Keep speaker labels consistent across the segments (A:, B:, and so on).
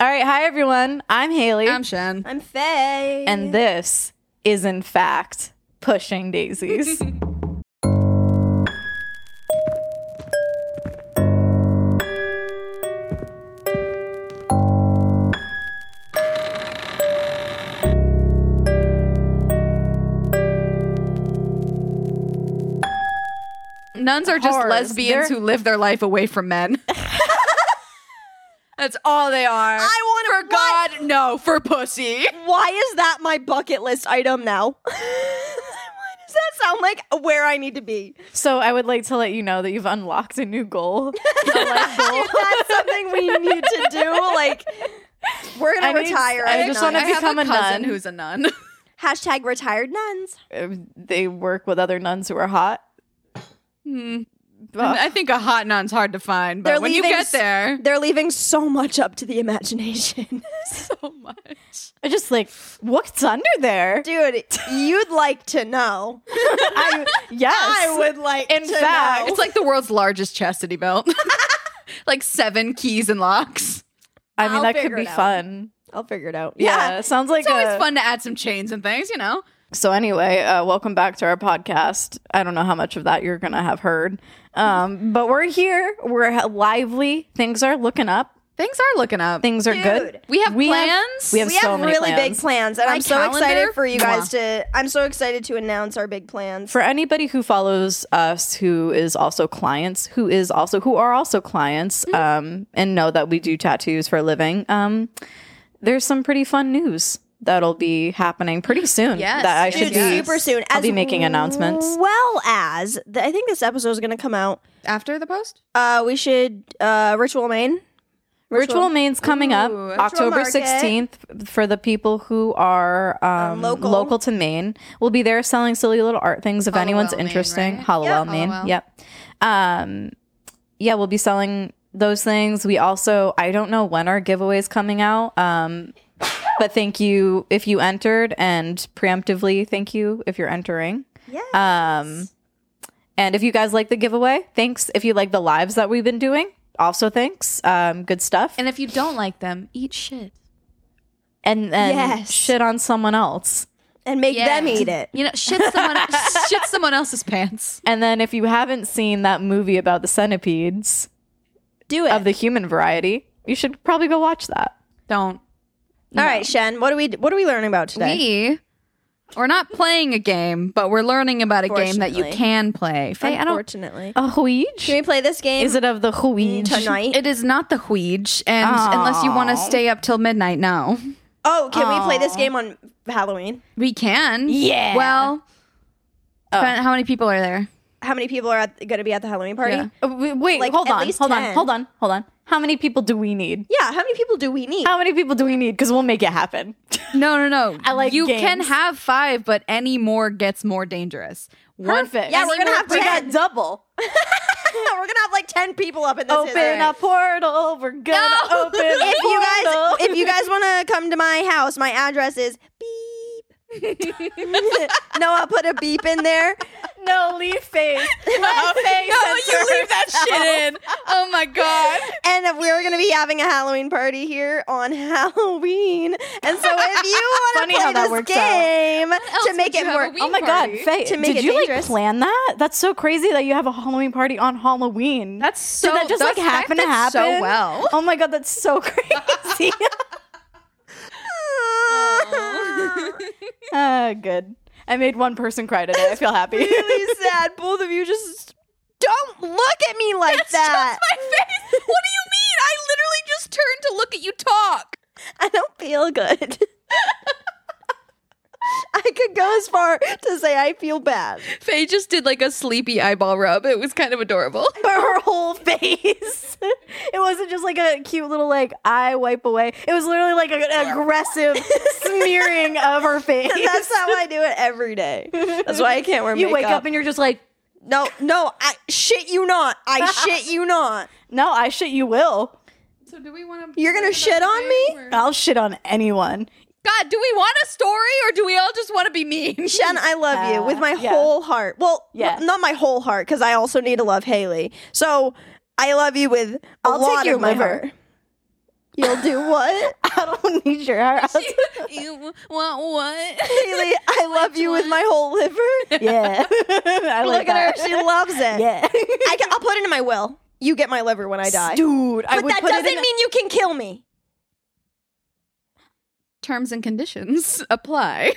A: All right. Hi, everyone. I'm Haley.
B: I'm Shen.
C: I'm Faye.
A: and this is, in fact, Pushing Daisies.
B: Nuns are just
A: Horrors.
B: lesbians
A: They're-
B: who live their life away from men. That's all they are.
C: I
B: for God, no, for pussy.
C: Why is that my bucket list item now? Why does that sound like where I need to be?
A: so I would like to let you know that you've unlocked a new goal. A life goal.
C: That's something we need to do. Like, we're
A: I
C: gonna
A: need-
C: retire.
A: I
C: as
A: just
C: nuns.
A: wanna be-
B: have
A: become a
B: cousin
A: nun.
B: who's a nun.
C: hashtag retired nuns.
A: Uh, they work with other nuns who are hot.
B: I think a hot nun's hard to find, but
C: They're
B: when you
C: leaving
B: get
C: s-
B: there,
C: They're leaving so much up to the imagination,
B: so much.
A: I just like, what's under there?
C: dude. You'd like to know.
A: I, yes.
C: like.
A: In fact,
B: It's like the world's largest chastity belt. like seven keys and locks.
A: I mean,
C: I'll
A: that could
C: figure
A: be
C: it out.
A: fun.
C: I'll figure it out.
A: Yeah. it sounds like
B: It's always
A: a-
B: fun to add some chains and things, you know?
A: So anyway, uh, welcome back to our podcast. I don't know how much of that you're gonna have heard, um, but we're here. We're ha- lively. Things are looking up.
B: Things are looking up.
A: Things are good.
C: Dude,
B: we have plans.
A: we have
C: we
A: so
C: have
A: many
C: really
A: plans.
C: big plans, and
B: My
C: I'm so
B: calendar?
C: excited for you guys to. I'm so excited to announce our big plans.
A: for anybody who follows us, who is also clients, who is also who are also clients,
B: Mm-hmm.
A: um, and know that we do tattoos for a living. Um, there's some pretty fun news that'll be happening pretty soon.
B: Yes,
A: that I
B: yes,
A: should
C: Dude,
A: be
B: yes.
C: super soon.
A: I'll be making announcements.
C: Well, as the, I think this episode is going to come out.
B: After the post?
C: Uh, we should uh, ritual main.
A: Ritual Main's coming up
B: Ooh.
A: October
C: Market.
A: 16th for the people who are um, local.
C: local.
A: to Maine. We'll be there selling silly little art things if anyone's
B: Maine,
A: interesting.
B: right?
A: Hollowell,
B: Yeah.
A: Maine.
B: Hollowell.
A: Yep. Um, yeah, we'll be selling those things. We also, I don't know when our giveaway is coming out. Um, but thank you if you entered and preemptively thank you if you're entering.
C: Yeah.
A: Um, and if you guys like the giveaway, thanks. If you like the lives that we've been doing, also thanks. Um, good stuff
B: And if you don't like them, eat shit.
A: and then
C: Yes.
A: shit on someone else.
C: and make
B: Yeah.
C: them eat it.
B: You know, shit someone shit someone else's pants.
A: And then if you haven't seen that movie about the centipedes
C: Do it.
A: of the human variety, you should probably go watch that.
B: Don't.
C: All right, Shen. What are we? What are we learning about today?
B: We we're not playing a game, but we're learning about a game that you
C: Fortunately.
B: can play. Faye, I don't.
C: Unfortunately,
A: A
C: can
A: huige?
C: we play this game?
A: Is it of the huige?
C: tonight?
B: It is not the Huige, and unless you want to stay up till midnight, no.
C: oh, can we play this game on Halloween?
B: We can.
A: Yeah.
B: Well, depend- how many people are there?
C: How many people are going to be at the Halloween party?
B: Yeah.
A: Uh,
C: Yeah.
A: w- Wait,
C: Like,
A: hold
C: at
A: on,
C: least
A: hold on,
C: 10.
A: hold on, hold on. How many people do we need?
C: How many people do we need?
A: How many people do we need? Because we'll make it happen.
B: No, no, no. I
A: like
B: You can
A: games.
B: have five, but any more gets more dangerous. One,
A: Perfect.
C: Yeah, we're gonna have
A: we got
C: 10.
A: double.
C: we're gonna have like ten people up in this.
A: open
C: area.
A: a portal. We're gonna
B: No!
A: open. a
C: If you
A: portal.
C: guys, if you guys want to come to my house, my address is beep. no, I'll put a beep in there.
A: no leave face, no face.
B: that shit in. Oh my god.
C: And we're going to be having a Halloween party here on Halloween. And so if you want
A: Funny
C: to
A: how
C: play
A: that
C: this
A: works
C: game to
B: else
C: make
B: would you
C: it
B: have
C: more,
B: a week?
A: Oh my
B: party
A: god, Faye,
C: to make
A: did
C: it
A: you like
C: dangerous.
A: plan that? That's so crazy that you have a Halloween party on Halloween.
B: That's so.
A: did that just like
B: that's-
A: happen to
B: that
A: happen
B: fits so well.
A: Oh my god, that's so crazy. uh, good. I made one person cry today. I feel happy.
C: really sad. Both of you just don't look at me like that.
B: my face. What do you mean? I literally just turned to look at you talk.
C: I don't feel good. I could go as far to say I feel bad.
B: Faye just did like a sleepy eyeball rub. It was kind of adorable.
A: But her whole face. it wasn't just like a cute little like eye wipe away. It was literally like an aggressive smearing of her face.
C: That's how I do it every day. That's why I can't wear
A: you
C: makeup.
A: wake up and you're just like,
C: no, no, I shit you not. I shit you not.
A: no, I shit you will.
B: So do we want
C: You're gonna shit on me?
A: I'll shit on anyone.
B: God, do we want a story or do we all just want to be mean?
C: Shen, I love you with my
A: Uh, yeah.
C: whole heart. Well,
A: Yeah.
C: n- not my whole heart because I also need to love Haley. So I love you with a
A: I'll take
C: lot
A: your
C: of my
A: liver.
C: heart. You'll do what?
A: I don't need your house.
B: you w- want what?
C: Haley, I love you with my whole liver.
A: yeah. I
C: Look at her. She loves it.
A: Yeah.
C: I can, I'll put it in my will. You get my liver when I die.
A: Dude, I
C: but
A: would
C: that
A: put it
C: doesn't
A: in a-
C: mean you can kill me.
B: Terms and conditions apply.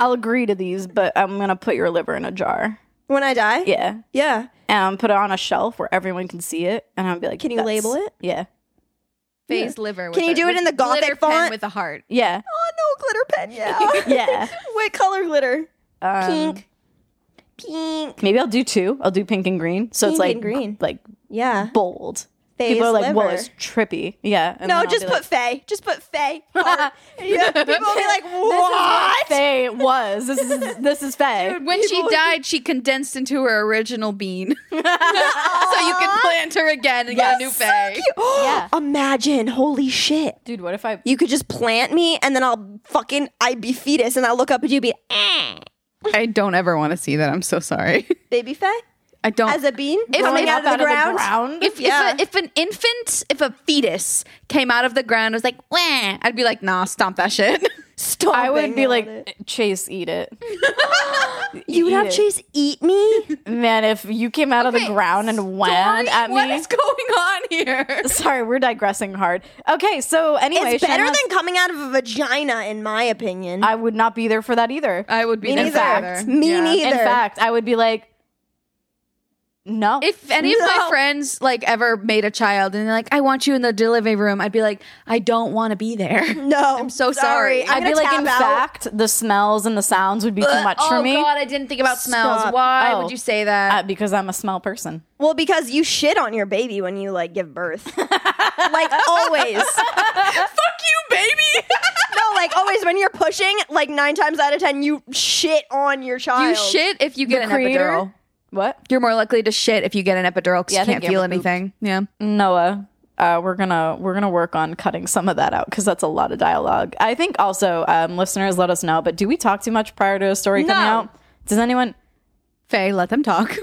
A: I'll agree to these, but I'm going to put your liver in a jar.
C: When I die?
A: Yeah.
C: Yeah.
A: And put it on a shelf where everyone can see it. And I'll be like,
C: Can you
A: "That's-"
C: label it?
A: Yeah.
B: Phase liver.
C: Can you do it in the Gothic
B: glitter pen
C: font?
B: with a heart?
A: Yeah.
C: Oh no, glitter pen, yeah.
A: Yeah.
C: what color glitter?
A: Um,
C: Pink. Pink.
A: Maybe I'll do two. I'll do pink and green. So it's
C: Pink
A: like
C: and green.
A: like
C: Yeah.
A: bold.
C: Phase
A: People are like, "Whoa,
C: liver.
A: it's trippy." Yeah. And then
C: No,
A: I'll
C: just
A: be
C: put
A: like,
C: Faye. Just put Faye. heart. And yeah, people will be like, what?
A: Faye was. This is this is Faye.
B: When she died, she condensed into her original bean. so you can plant her again and get a new Faye.
A: Yeah.
C: Imagine, holy shit.
A: Dude, what if I
C: You could just plant me and then I'll fucking, I'd be fetus and I'll look up at you and be, eh.
B: I don't ever want to see that. I'm so sorry.
C: Baby Faye?
B: I don't.
C: As a bean?
B: If
C: growing
B: I-
C: out of the ground?
B: if,
C: Yeah.
B: if, a, if an infant, if a fetus came out of the ground and was like, Wah, I'd be like, nah, stomp that shit.
C: Stomping
A: I would be
C: on
A: like
C: it.
A: Chase, eat it,
C: you would
A: eat
C: have
A: it.
C: Chase eat me?
A: man. If you came out of
B: Okay,
A: the ground and whined
B: Dory,
A: at
B: What
A: me,
B: is going on here?
A: sorry, we're digressing hard. Okay, so anyway,
C: It's better
A: Shannon has-
C: than coming out of a vagina, in my opinion.
A: I would not be there for that either.
B: I would be
C: Me
B: there
C: neither.
B: either.
C: Uh, Me neither.
A: In fact, I would be like, no.
B: If any of my
C: No.
B: friends like ever made a child and they're like, I want you in the delivery room, I'd be like, I don't want to be there.
C: no,
B: I'm so sorry.
C: I'm
B: I'd
A: I'd be
C: gonna
A: like, in
C: tap out. Uh,
A: fact, the smells and the sounds would be too much
B: oh
A: for me
B: God, I didn't think about smells.
A: Stop.
B: Why
A: Oh.
B: would you say that?
A: uh, because I'm a smell person.
C: Well, because you shit on your baby when you like give birth, like always.
B: Fuck you, baby.
C: No, like always when you're pushing, like nine times out of ten, you shit on your child.
B: you shit if you get an
A: creator?
B: epidural.
A: What?
B: You're more likely to shit if you get an epidural because
A: Yeah, I
B: you can't
A: think Mm.
B: feel
A: I'm pooped.
B: anything. Yeah.
A: Noah, uh, we're gonna we're gonna work on cutting some of that out because that's a lot of dialogue. I think also um, listeners let us know. But do we talk too much prior to a story coming
C: No.
A: out? Does anyone?
B: Faye, let them talk.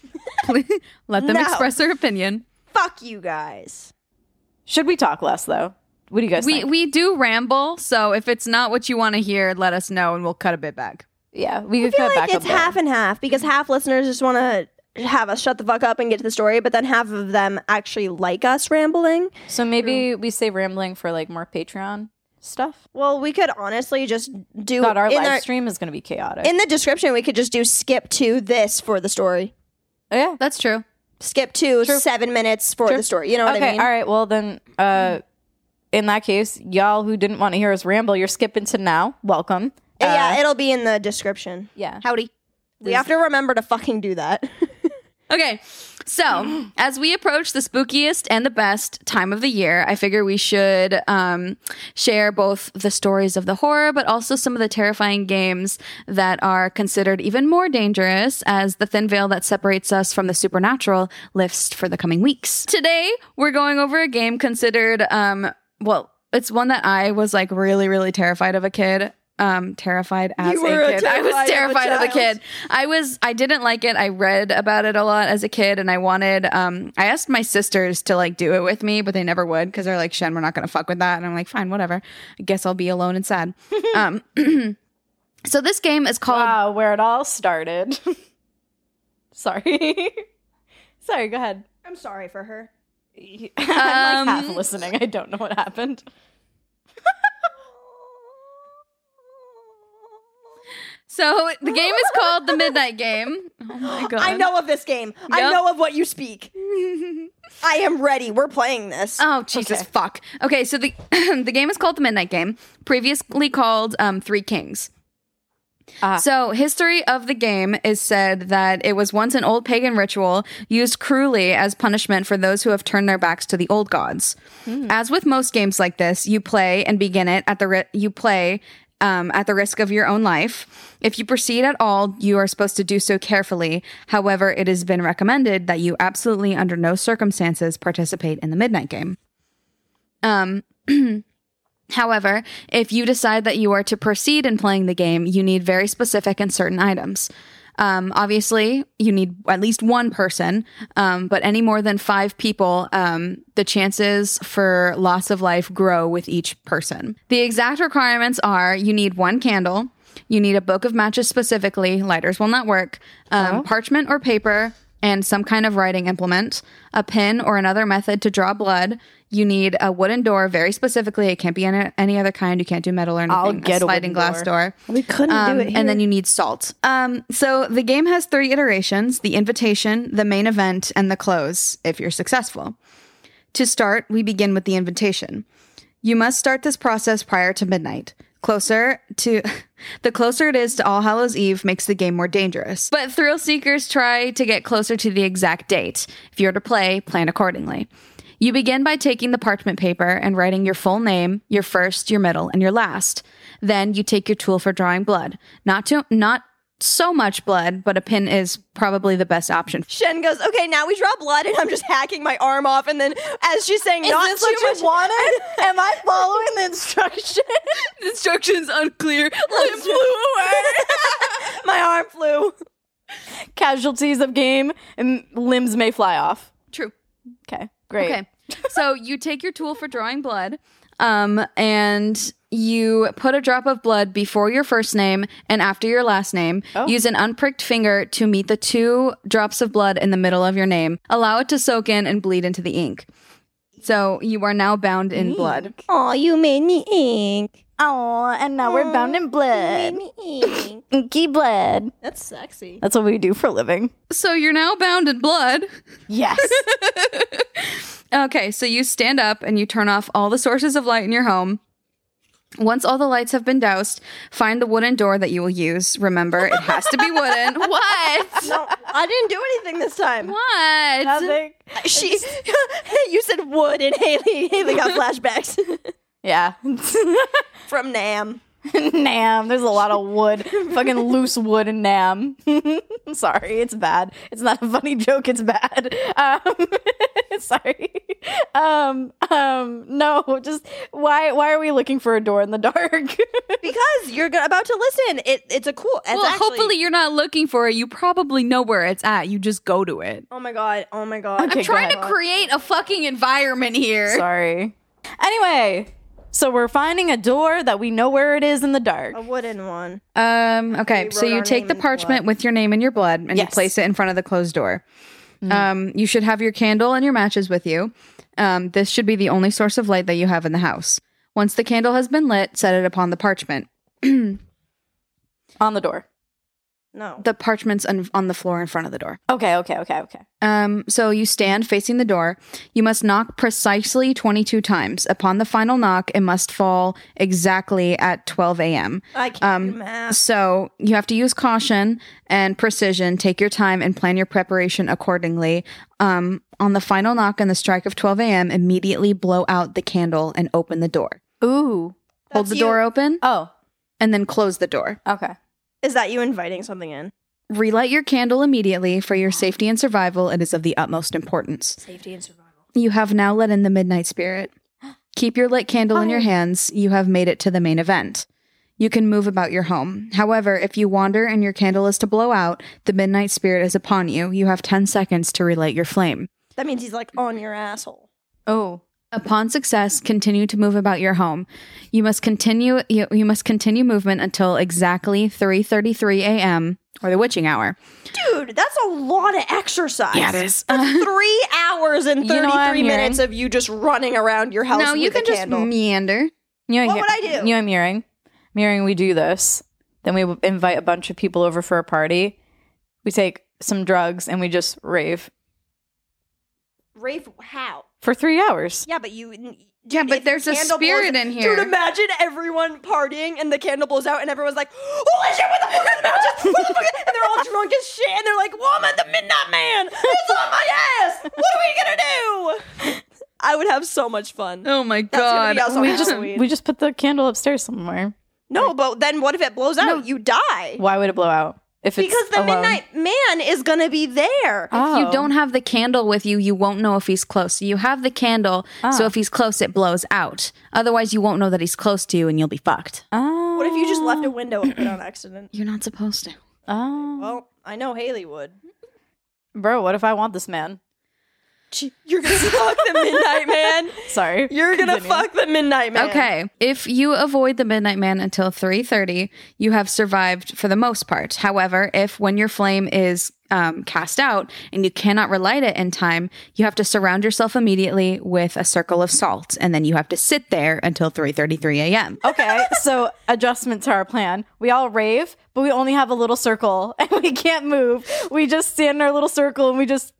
B: Please let them
C: No.
B: express their opinion.
C: Fuck you guys.
A: Should we talk less though? What do you guys
B: We
A: think?
B: we do ramble, so if it's not what you want to hear, let us know and we'll cut a bit back.
A: yeah, we could
C: I feel
A: cut
C: like
A: back
C: it's
A: a bit.
C: half and half because half listeners just want to have us shut the fuck up and get to the story, but then half of them actually like us rambling.
A: so maybe we save rambling for like more Patreon stuff.
C: Well, we could honestly just do
A: God, our
C: in
A: live stream is gonna be chaotic.
C: in the description. We could just do skip to this for the story.
A: yeah.
B: That's true.
C: Skip to
A: True.
C: seven minutes for
A: True.
C: the story. You know what
A: okay.
C: I mean?
A: All right. Well then, uh, in that case, y'all who didn't want to hear us ramble, you're skipping to now. Welcome. Uh,
C: yeah, it'll be in the description.
A: yeah.
B: Howdy.
C: We have to remember to fucking do that.
B: Okay. So, as we approach the spookiest and the best time of the year, I figure we should um, share both the stories of the horror, but also some of the terrifying games that are considered even more dangerous as the thin veil that separates us from the supernatural lifts for the coming weeks. Today, we're going over a game considered, um, well, it's one that I was like really, really terrified of a kid. Um, terrified as
C: You were
B: a kid. I was
C: terrified
B: terrified
C: of
B: of
C: a
B: a
C: child.
B: kid. I was I didn't like it. I read about it a lot as a kid and I wanted um I asked my sisters to like do it with me, but they never would because they're like, Shen, we're not gonna fuck with that. And I'm like, fine, whatever. I guess I'll be alone and sad. um so this game is called
A: Wow, where it all started. Sorry. Sorry, go ahead.
C: I'm sorry for her.
A: I'm like half
B: Um,
A: listening. I don't know what happened.
B: So the game is called the Midnight Game. Oh my god.
C: I know of this game. I
B: Yep.
C: know of what you speak. I am ready. We're playing this.
B: Oh Jesus fuck. Okay, so the the game is called the Midnight Game, previously called um, Three Kings. So, history of the game is said that it was once an old pagan ritual used cruelly as punishment for those who have turned their backs to the old gods. As with most games like this, you play and begin it at the ri- you play um, at the risk of your own life. If you proceed at all, you are supposed to do so carefully. However, it has been recommended that you absolutely, under no circumstances, participate in the midnight game. Um, However, if you decide that you are to proceed in playing the game, you need very specific and certain items. Um, obviously, you need at least one person, um, but any more than five people, um, the chances for loss of life grow with each person. The exact requirements are you need one candle, you need a book of matches specifically, lighters will not work, um, parchment or paper, and some kind of writing implement, a pin or another method to draw blood. You need a wooden door, very specifically. It can't be any, any other kind. You can't do metal or anything.
A: I'll get a
B: sliding
A: wooden
B: glass door.
C: We couldn't
B: Um,
C: do it here.
B: and then you need salt. Um, so the game has three iterations the invitation, the main event, and the close if you're successful. To start, we begin with the invitation. You must start this process prior to midnight. Closer to the closer it is to All Hallows Eve makes the game more dangerous. But thrill seekers try to get closer to the exact date. If you're to play, plan accordingly. You begin by taking the parchment paper and writing your full name, your first, your middle, and your last. Then you take your tool for drawing blood. Not to not so much blood, but a pin is probably the best option.
C: Shen goes, okay, now we draw blood, and I'm just hacking my arm off. And then as she's saying, not
A: Is this
C: too
A: what you
C: much.
A: wanted? Am I following the instructions?
B: Instructions unclear.
C: my arm flew.
A: Casualties of game and limbs may fly off.
B: True.
A: Okay, great.
B: Okay. so you take your tool for drawing blood, um, and you put a drop of blood before your first name and after your last name. Use an unpricked finger to meet the two drops of blood in the middle of your name. Allow it to soak in and bleed into the ink. So you are now bound in blood.
C: Oh, you made me ink.
A: Oh, and now we're bound in blood.
C: me ink.
A: Inky blood.
C: That's sexy.
A: That's what we do for a living.
B: So you're now bound in blood.
A: Yes.
B: Okay, so you stand up and you turn off all the sources of light in your home. Once all the lights have been doused, find the wooden door that you will use. Remember, it has to be wooden. what?
C: No, I didn't do anything this time.
B: What?
A: Nothing.
C: She, you said wood, and Haley, Haley got flashbacks
A: Yeah.
C: from Nam.
A: Nam. There's a lot of wood. Fucking loose wood in Nam. I'm sorry. It's bad. It's not a funny joke. It's bad. Um, sorry. Um, um, no, just why why are we looking for a door in the dark?
C: Because you're go- about to listen. It, it's a cool. It's
B: Well,
C: actually-
B: hopefully you're not looking for it. You probably know where it's at. You just go to it.
C: Oh my god. Oh my god.
A: Okay, go
B: Trying to
A: ahead.
B: create a fucking environment here.
A: Sorry. Anyway, so we're finding a door that we know where it is in the dark.
C: A wooden one.
B: Um, okay,
C: We
B: so
C: wrote
B: you
C: our
B: take
C: name
B: the
C: in blood.
B: parchment with your name and your blood and you
A: Yes.
B: place it in front of the closed door.
C: Mm.
B: Um, you should have your candle and your matches with you. Um, this should be the only source of light that you have in the house. Once the candle has been lit, set it upon the parchment.
A: On the door.
C: No.
B: The parchment's on, on the floor in front of the door.
A: Okay, okay, okay, okay.
B: Um, so you stand facing the door. You must knock precisely 22 times. Upon the final knock, it must fall exactly at 12 a.m.
C: I can't do math.
B: So you have to use caution and precision. Take your time and plan your preparation accordingly. Um, on the final knock and the strike of 12 a.m., immediately blow out the candle and open the door.
A: Ooh.
B: Hold
C: That's
B: the door
C: you-
B: open
A: Oh,
B: and then close the door.
A: okay.
C: Is that you inviting something in?
B: Relight your candle immediately for your safety and survival. It is of the utmost importance.
C: Safety and survival.
B: You have now let in the midnight spirit. Keep your lit candle in your hands. You have made it to the main event. You can move about your home. However, if you wander and your candle is to blow out, the midnight spirit is upon you. You have 10 seconds to relight your flame.
C: That means he's like on your asshole.
A: Oh.
B: Upon success, continue to move about your home. You must continue you, you must continue movement until exactly 3:33 a.m. or the witching hour.
C: Dude, that's a lot of exercise.
B: is.
C: That's three hours and
A: You know
C: 33
A: what I'm
C: minutes of you just running around your house
B: No,
C: with
B: you can
C: a
B: just
C: candle.
B: meander.
A: You know,
C: What
A: he-
C: would I do?
A: You know, mirroring. Mirroring, we do this. Then we w- invite a bunch of people over for a party. We take some drugs and we just rave
C: Rave, how?
A: for three hours.
C: Yeah, but you.
B: Yeah, but
C: if
B: there's a
C: candle
B: spirit
C: blows-
B: in here.
C: Dude, imagine everyone partying and the candle blows out and everyone's like, holy shit, what the fuck is the mountains? What the fuck? is-" And they're all drunk as shit and they're like, woman, the midnight man, it's on my ass. What are we gonna do? I would have so much fun.
B: Oh my
C: gonna
B: god.
C: be also
B: We
C: happening.
B: just
C: Weed.
A: We just put the candle upstairs somewhere.
C: No, but then what if it blows out? You die.
A: Why would it blow out? If it's
C: Because the
A: alone?
C: midnight man is gonna be there.
A: Oh.
B: You don't have the candle with you, you won't know if he's close. So you have the candle, so if he's close, it blows out. Otherwise, you won't know that he's close to you and you'll be fucked.
A: Oh.
C: What if you just left a window open on accident?
B: You're not supposed to.
A: Oh.
C: Well, I know Haley would.
A: Bro, what if I want this man?
C: You're gonna fuck the midnight man.
A: Sorry.
C: You're gonna
A: Continue.
C: fuck the midnight man.
B: Okay. If you avoid the midnight man until 3:30, you have survived for the most part. However, if when your flame is um, cast out and you cannot relight it in time, you have to surround yourself immediately with a circle of salt and then you have to sit there until 3:33 a.m.
A: Okay, so adjustment to our plan. We all rave, but we only have a little circle and we can't move. We just stand in our little circle and we just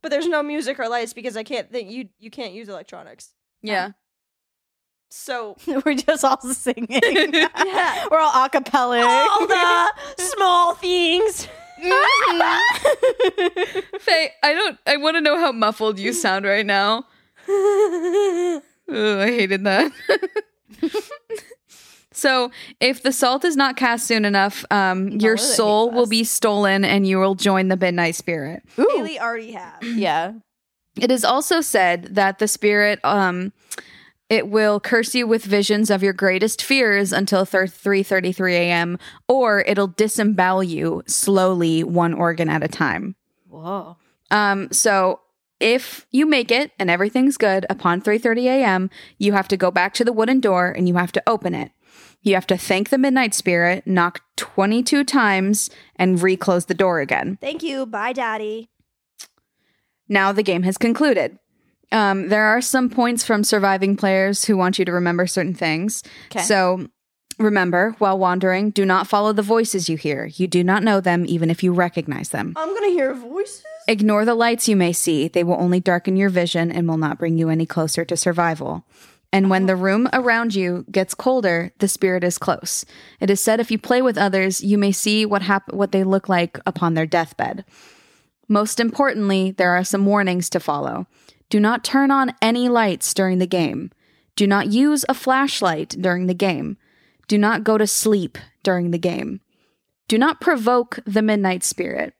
C: But there's no music or lights because I can't think you you can't use electronics.
B: Yeah.
C: So
A: we're just all singing.
C: yeah.
A: We're all a cappella.
C: all the small things. mm-hmm.
B: Faye, I don't I want to know how muffled you sound right now. Ugh, I hated that. so, if the salt is not cast soon enough, um, your
A: would it
B: soul
A: be
B: will be stolen and you will join the midnight spirit.
A: Ooh.
C: Haley already have.
A: Yeah.
B: It is also said that the spirit, um, it will curse you with visions of your greatest fears until three thirty three a.m., or it'll disembowel you slowly, one organ at a time.
A: Whoa.
B: Um, so if you make it and everything's good upon 3:30 a.m., you have to go back to the wooden door and you have to open it. You have to thank the midnight spirit, knock 22 times and reclose the door again.
C: Thank you. Bye, Daddy.
B: Now the game has concluded. Um, there are some points from surviving players who want you to remember certain things.
A: 'Kay.
B: So remember, while wandering, do not follow the voices you hear. You do not know them, even if you recognize them.
C: I'm gonna hear voices.
B: Ignore the lights you may see. They will only darken your vision and will not bring you any closer to survival. And when the room around you gets colder, the spirit is close. It is said if you play with others, you may see what hap- what they look like upon their deathbed. Most importantly, there are some warnings to follow. Do not turn on any lights during the game. Do not use a flashlight during the game. Do not go to sleep during the game. Do not provoke the midnight spirit.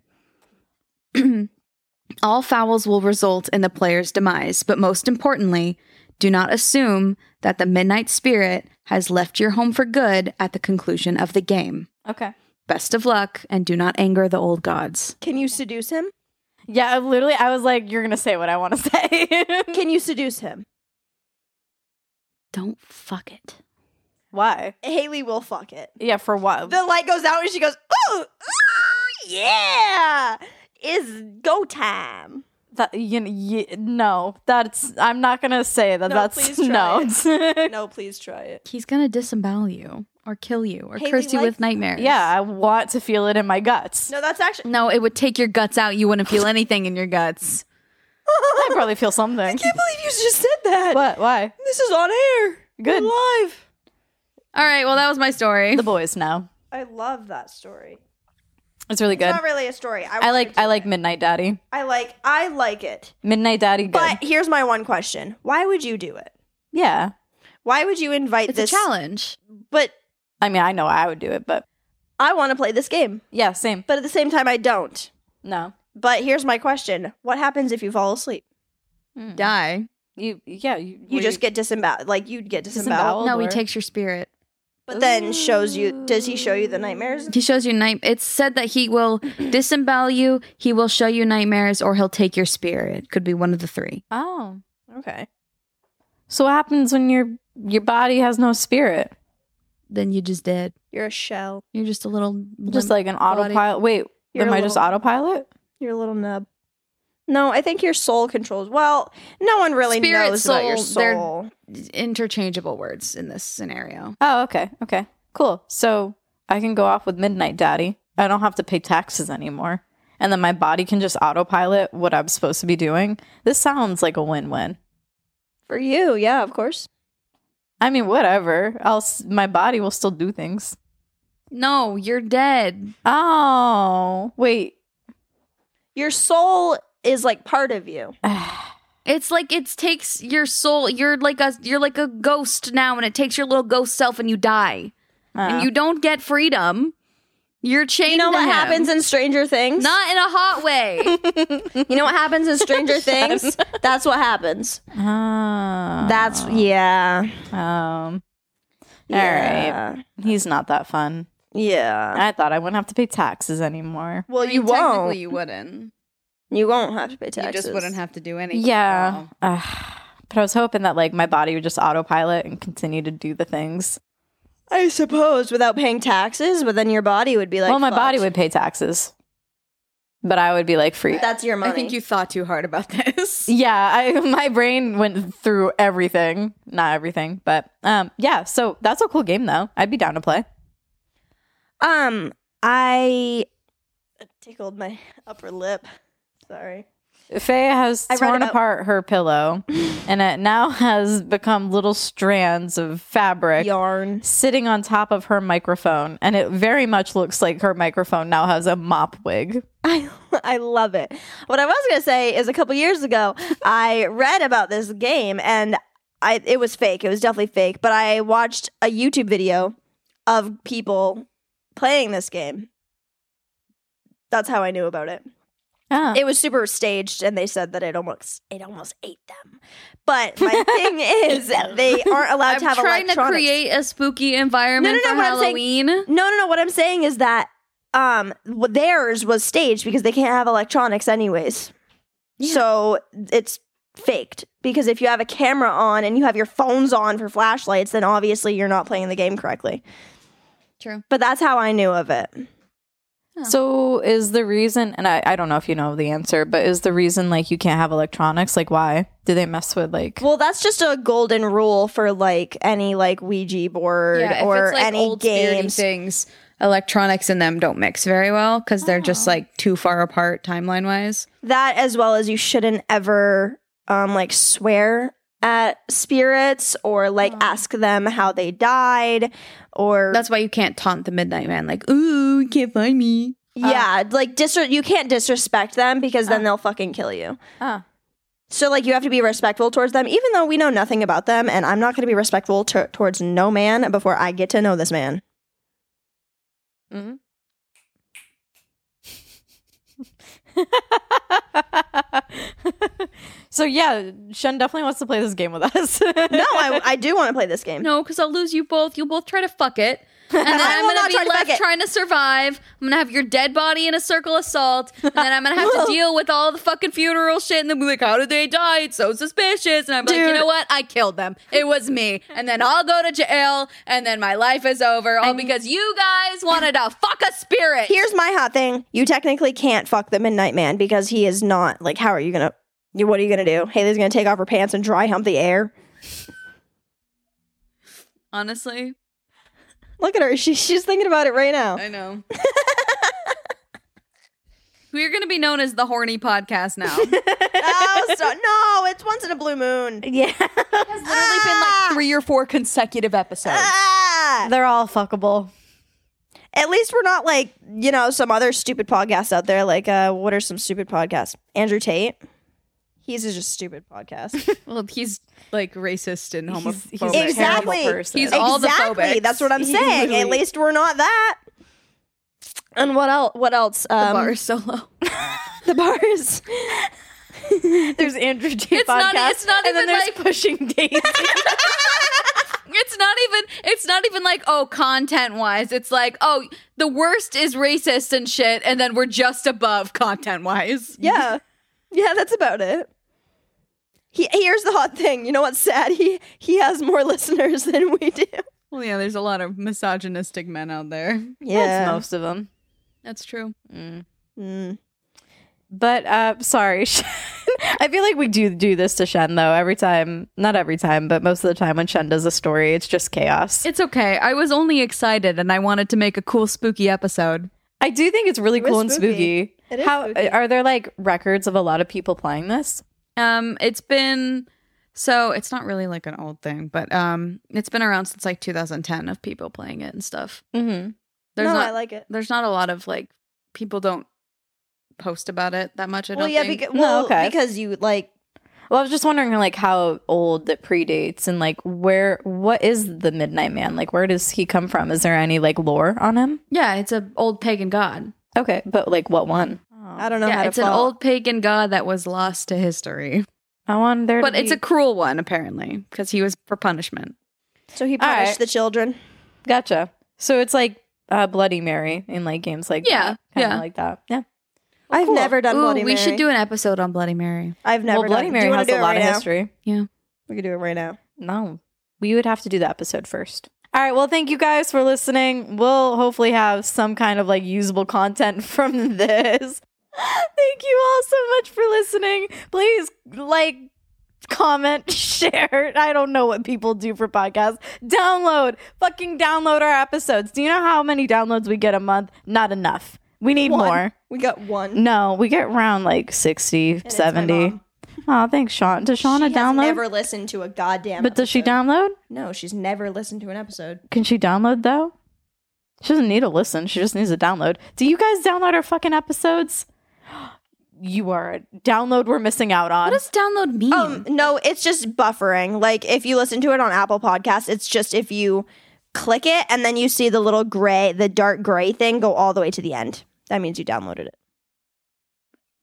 B: All fouls will result in the player's demise, but most importantly, do not assume that the Midnight Spirit has left your home for good at the conclusion of the game.
A: Okay.
B: Best of luck, and do not anger the old gods.
C: Can you seduce him?
A: Yeah, I literally, I was like, you're going to say what I want to say.
C: Can you seduce him?
B: Don't fuck it.
A: Why?
C: Haley will fuck it.
A: Yeah, for what?
C: The light goes out and she goes, ooh, ooh yeah. It's go time.
A: That, you, you, no, that's, I'm not going to say that.
C: No,
A: that's,
C: please try
A: no.
C: No, please try it.
B: He's gonna disembowel you, or kill you, or
C: Haley,
B: curse you
C: like-
B: with nightmares.
A: yeah, I want to feel it in my guts.
C: No, that's actually.
B: No, it would take your guts out. You wouldn't feel anything in your guts.
A: I probably feel something.
C: I can't believe you just said that.
A: What? Why?
C: This is on air.
A: Good.
C: We're live.
B: All right, well, that was my story.
A: The boys know.
C: I love that story.
A: It's really good.
C: It's not really a story. I,
A: I
C: wanted
A: like
C: to-
A: I like Midnight Daddy.
C: I like I like it.
A: Midnight Daddy good.
C: But here's my one question. Why would you do it?
A: yeah.
C: Why would you invite
B: It's
C: this
B: a challenge.
C: But
A: I mean, I know I would do it, but
C: I want to play this game.
A: yeah, same.
C: But at the same time I don't.
A: No.
C: But here's my question. What happens if you fall asleep?
B: Die.
A: You yeah, you,
C: You just get disemboweled. Like you'd get disemboweled.
A: Disemboweled?
B: No, he
A: Lord.
B: takes your spirit.
C: But then shows you does he show you the nightmares?
B: He shows you night. It's said that he will disembowel you. He will show you nightmares, or he'll take your spirit. Could be one of the three.
A: Oh.
C: Okay.
A: So what happens when your your body has no spirit?
B: Then you just dead.
C: You're a shell.
B: You're just a little
A: Just
B: limp
A: like an
B: body.
A: autopilot. Wait,
C: You're
A: am
C: a
A: I just
C: little-
A: autopilot?
C: You're a little nub. No, I think your soul controls. Well, no one really
B: Spirit,
C: knows about your
B: soul, they're-
C: soul.
B: interchangeable words in this scenario.
A: Oh, okay. Okay. Cool. So I can go off with Midnight Daddy. I don't have to pay taxes anymore. And then my body can just autopilot what I'm supposed to be doing. This sounds like a win-win.
C: For you, yeah, of course.
A: I mean, whatever. I'll s- my body will still do things.
B: No, you're dead.
A: Oh, wait.
C: Your soul is like part of you.
B: It's like it takes your soul. You're like a you're like a ghost now, and it takes your little ghost self, and you die,
A: Uh,
B: and you don't get freedom. You're chained.
C: You know
B: to
C: what
B: him.
C: happens in Stranger Things?
B: Not in a hot way.
C: you know what happens in Stranger Things? That's what happens.
A: oh.
C: That's yeah.
A: um.
C: yeah.
A: He's not that fun.
C: Yeah.
A: I thought I wouldn't have to pay taxes anymore.
C: Well, you
B: technically
C: won't.
B: you wouldn't.
C: You won't have to pay taxes.
B: You just wouldn't have to do anything.
A: Yeah.
B: Wow.
A: Ugh. but I was hoping that like my body would just autopilot and continue to do the things.
C: I suppose without paying taxes, but then your body would be like.
A: well, my
C: "Fuck,
A: body would pay taxes, but I would be like free.
C: That's your money.
B: I think you thought too hard about this.
A: yeah, I, my brain went through everything. Not everything, but um, yeah. So that's a cool game though. I'd be down to play.
C: Um, I tickled my upper lip. Sorry.
A: Faye has
C: I read
A: torn
C: about-
A: apart her pillow, and it now has become little strands of fabric
C: Yarn.
A: sitting on top of her microphone, and it very much looks like her microphone now has a mop wig.
C: I I love it. What I was gonna say is a couple years ago I read about this game and I it was fake. It was definitely fake, but I watched a YouTube video of people playing this game. That's how I knew about it.
A: Ah.
C: It was super staged, and they said that it almost it almost ate them. But my thing is, they aren't allowed to
B: I'm
C: have
B: trying to
C: electronics.
B: create a spooky environment
C: No, no, no,
B: for
C: what I'm saying-
B: Halloween.
C: No, no, no. What I'm saying is that um wh- theirs was staged because they can't have electronics anyways. So it's faked because if you have a camera on and you have your phones on for flashlights, then obviously you're not playing the game correctly.
B: True.
C: But that's how I knew of it.
A: ah. So is the reason, and I, I don't know if you know the answer, but is the reason like you can't have electronics? Like why do they mess with like?
C: Well, that's just a golden rule for like any like Ouija board
B: Yeah, if
C: or
B: it's like
C: any
B: old spirity
C: games.
B: things, electronics in them don't mix very well because they're just like too far apart timeline wise.
C: that as well as you shouldn't ever um like swear at spirits or like ask them how they died or
B: That's why you can't taunt the Midnight Man like, "Ooh, you can't find me."
C: yeah like dis- you can't disrespect them because then they'll fucking kill you
A: Ah.
C: so like you have to be respectful towards them even though we know nothing about them and i'm not going to be respectful to towards no man before i get to know this man
A: so yeah, Shen definitely wants to play this game with us.
C: no Oh, i, I do want to play this game
B: No, because I'll lose you both. You'll both try to fuck it. And then
C: I
B: I'm
C: will
B: gonna
C: not try
B: be
C: to fuck
B: left
C: it.
B: trying to survive. I'm gonna have your dead body in a circle of salt, and then I'm gonna have to deal with all the fucking funeral shit. And then be like, "How did they die? It's so suspicious." And I'm like, "You
C: Dude.
B: know what? I killed them. It was me." And then I'll go to jail, and then my life is over, all because you guys wanted to fuck a spirit.
C: here's my hot thing you technically can't fuck the midnight man because he is not like how are you gonna you- what are you gonna do haley's gonna take off her pants and dry hump the air
B: honestly,
C: look at her she, she's thinking about it right now
B: I know. We're gonna be known as the horny podcast now. It's literally
C: oh, so, no it's once in a blue moon
A: yeah,
B: been like three or four consecutive episodes.
C: Ah!
A: they're all fuckable.
C: At least we're not like, you know, some other stupid podcasts out there. Like, uh, what are some stupid podcasts? Andrew Tate. He's a just stupid podcast.
B: Well, he's like racist and homophobic.
A: he's-
B: He's,
A: terrible
C: exactly.
A: person.
B: He's all the
C: exactly.
B: phobics.
C: That's what I'm
A: He
C: saying. At
A: literally-
C: least we're not that. And what else? What else? Um,
B: bar is so low.
C: The bars.
A: There's Andrew J.
B: It's
A: podcast,
B: not- it's not
A: and then
B: even
A: there's
B: like-
A: pushing Daisy.
B: It's not even. It's not even like oh, content wise. It's like oh, the worst is racist and shit, and then we're just above content wise.
C: Yeah, yeah. That's about it. He, here's the hot thing. You know what's sad? He he has more listeners than we do.
B: Well, yeah. There's a lot of misogynistic men out there.
A: That's most of them.
B: That's true.
C: Mm.
A: But uh sorry, Shen. I feel like we do do this to Shen though. Every time, not every time, but most of the time when Shen does a story, it's just chaos.
B: It's okay. I was only excited, and I wanted to make a cool, spooky episode.
A: I do think it's really
C: was
A: cool and spooky.
C: spooky. It is
A: How uh,
C: spooky.
A: are there like records of a lot of people playing this?
B: Um, it's been so it's not really like an old thing, but um, it's been around since like 2010 of people playing it and stuff.
A: Mm-hmm.
B: There's
C: no,
B: not
C: I like it.
B: there's not a lot of like people don't post about it that much. I
C: Well,
B: don't
C: yeah,
B: think.
C: because
A: No,
C: well,
A: okay.
C: because you like
A: Well, I was just wondering like how old it predates and like where what is the Midnight Man? Like where does he come from? Is there any like lore on him?
B: yeah, it's an old pagan god.
A: Okay, but like what one?
C: I don't know how
B: yeah,
C: to.
B: it's an
C: follow-
B: old pagan god that was lost to history,
A: I want there
B: but
A: to
B: it's a
A: be-
B: cruel one apparently because he was for punishment.
C: So he
A: All
C: punished
A: right.
C: the children.
A: gotcha. So it's like uh, Bloody Mary in like games like
B: Yeah,
A: that, kinda
B: yeah.
A: like that. Yeah.
C: I've never done
B: Ooh,
C: Bloody
B: we
C: Mary.
B: should do an episode on Bloody Mary.
C: I've never
A: well, Bloody
C: done.
A: Mary
C: do you wanna
A: has
C: do
A: a
C: it
A: lot
C: right
A: of
C: now?
A: history.
C: We can do it right now.
A: No, we would have to do the episode first. All right. Well, thank you guys for listening. We'll hopefully have some kind of like usable content from this. thank you all so much for listening. Please like, comment, share. I don't know what people do for podcasts. Download, fucking download our episodes. Do you know how many downloads we get a month? Not enough. We need
C: One.
A: more.
C: We got one.
A: No, we get around like 60, 70. Oh, thanks, Sean. Does Shauna
C: She has
A: download?
C: never listened to a goddamn.
A: but does she
C: episode.
A: download?
C: No, she's never listened to an episode.
A: Can she download though? She doesn't need to listen. She just needs to download. Do you guys download our fucking episodes? You are a download we're missing out on.
B: What does download mean?
A: Hmm.
C: Um, no, it's just buffering. Like if you listen to it on Apple Podcasts, it's just if you click it and then you see the little gray, the dark gray thing go all the way to the end. That means you downloaded it.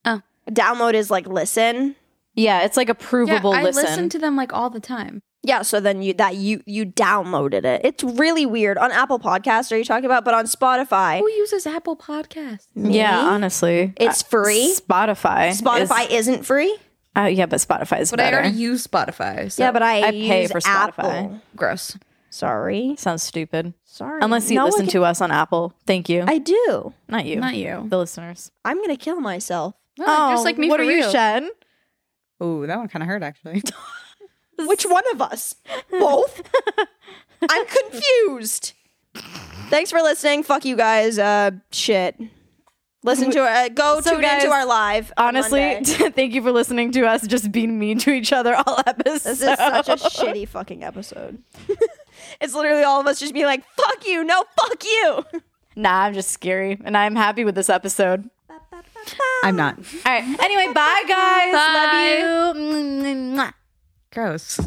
B: Oh.
C: Download is like listen.
A: yeah, it's like a
B: yeah,
A: provable
B: I
A: listen.
B: listen to them like all the time.
C: Yeah, so then you that you you downloaded it. It's really weird. On Apple Podcasts are you talking about, but on Spotify,
B: Who uses Apple Podcasts?
C: maybe?
A: Oh, Yeah, honestly. Uh,
C: It's free.
A: Spotify. is-
C: Spotify isn't free.
A: Oh, yeah, but Spotify is
B: But I
A: better.
B: already use Spotify. So
C: yeah, but I,
A: I pay
C: use
A: for Spotify.
C: Apple.
B: gross.
C: Sorry.
A: Sounds stupid.
C: Sorry.
A: Unless you
C: No one
A: listen
C: can-
A: to us on Apple. Thank you.
C: I do.
A: not you.
B: Not you.
A: The listeners.
C: I'm going to kill myself.
B: Oh, just like me
A: What
B: for
A: are you,
B: real.
A: Shen?
D: Ooh, that one kind of hurt actually.
C: Which one of us? Both? I'm confused. Thanks for listening. Fuck you guys. Uh, shit. Listen to uh, go
A: So
C: tune
A: guys,
C: into our live. on
A: Honestly,
C: Monday.
A: thank you for listening to us just being mean to each other all episodes.
C: this is such a shitty fucking episode. it's literally all of us just being like, "Fuck you, no, fuck you."
A: Nah, I'm just scary, and I'm happy with this episode.
D: I'm not.
A: All right. Anyway, bye guys.
B: Bye.
A: Love you. Mwah.
D: Gross.